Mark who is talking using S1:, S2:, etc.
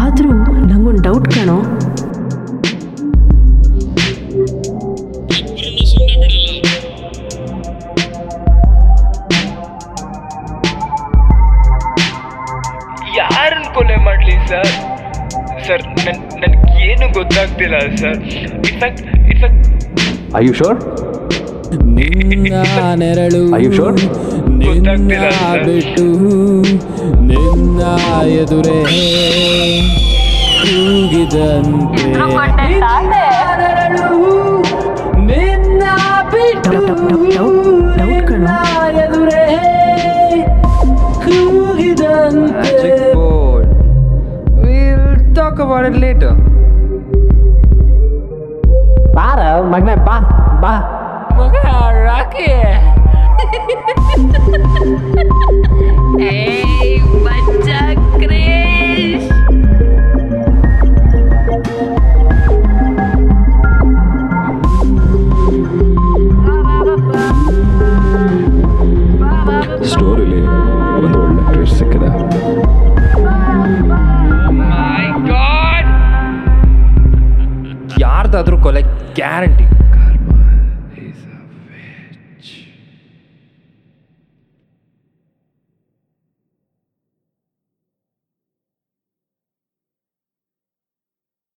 S1: ಆದರೂ ನಂಗೊಂದು ಡೌಟ್ ಕಣೋ
S2: ಯಾರನ್ನು ಕೊಲೆ ಮಾಡಲಿ ಸರ್ ಸರ್ ನನ್ ನನಗೆ ಏನು ಗೊತ್ತಾಗ್ತಿಲ್ಲ sir in fact in fact
S3: I you sure
S4: ನಿನ್ನ ನೆರಳು
S3: Are you sure?
S4: ನಿನ್ನ
S2: ಗೊತ್ತಾಗ್ತಿಲ್ಲ ಸರ್.
S4: ಬಿಟ್ಟು ನಿನ್ನ ಎದುರೇ ಕೂಗಿದಂತೆ ನಿನ್ನ ಬಿಟ್ಟು
S1: ಡೌಟ್ ಡೌಟ್ ಡೌಟ್ ಡೌಟ್ ಕಣೋ
S4: ಎದುರೇ ಕೂಗಿದಂತೆ
S5: Hey, baca Chris.
S3: ಸ್ಟೋರಿಲಿ ಒಂದು ಒಳ್ಳೆ ಟ್ವಿಸ್ಟ್ ಸಿಕ್ಕಿದೆ
S2: ಮೈ ಗಾಡ್ ಯಾರ್ದಾದ್ರೂ ಕೊಲೆ ಗ್ಯಾರಂಟಿ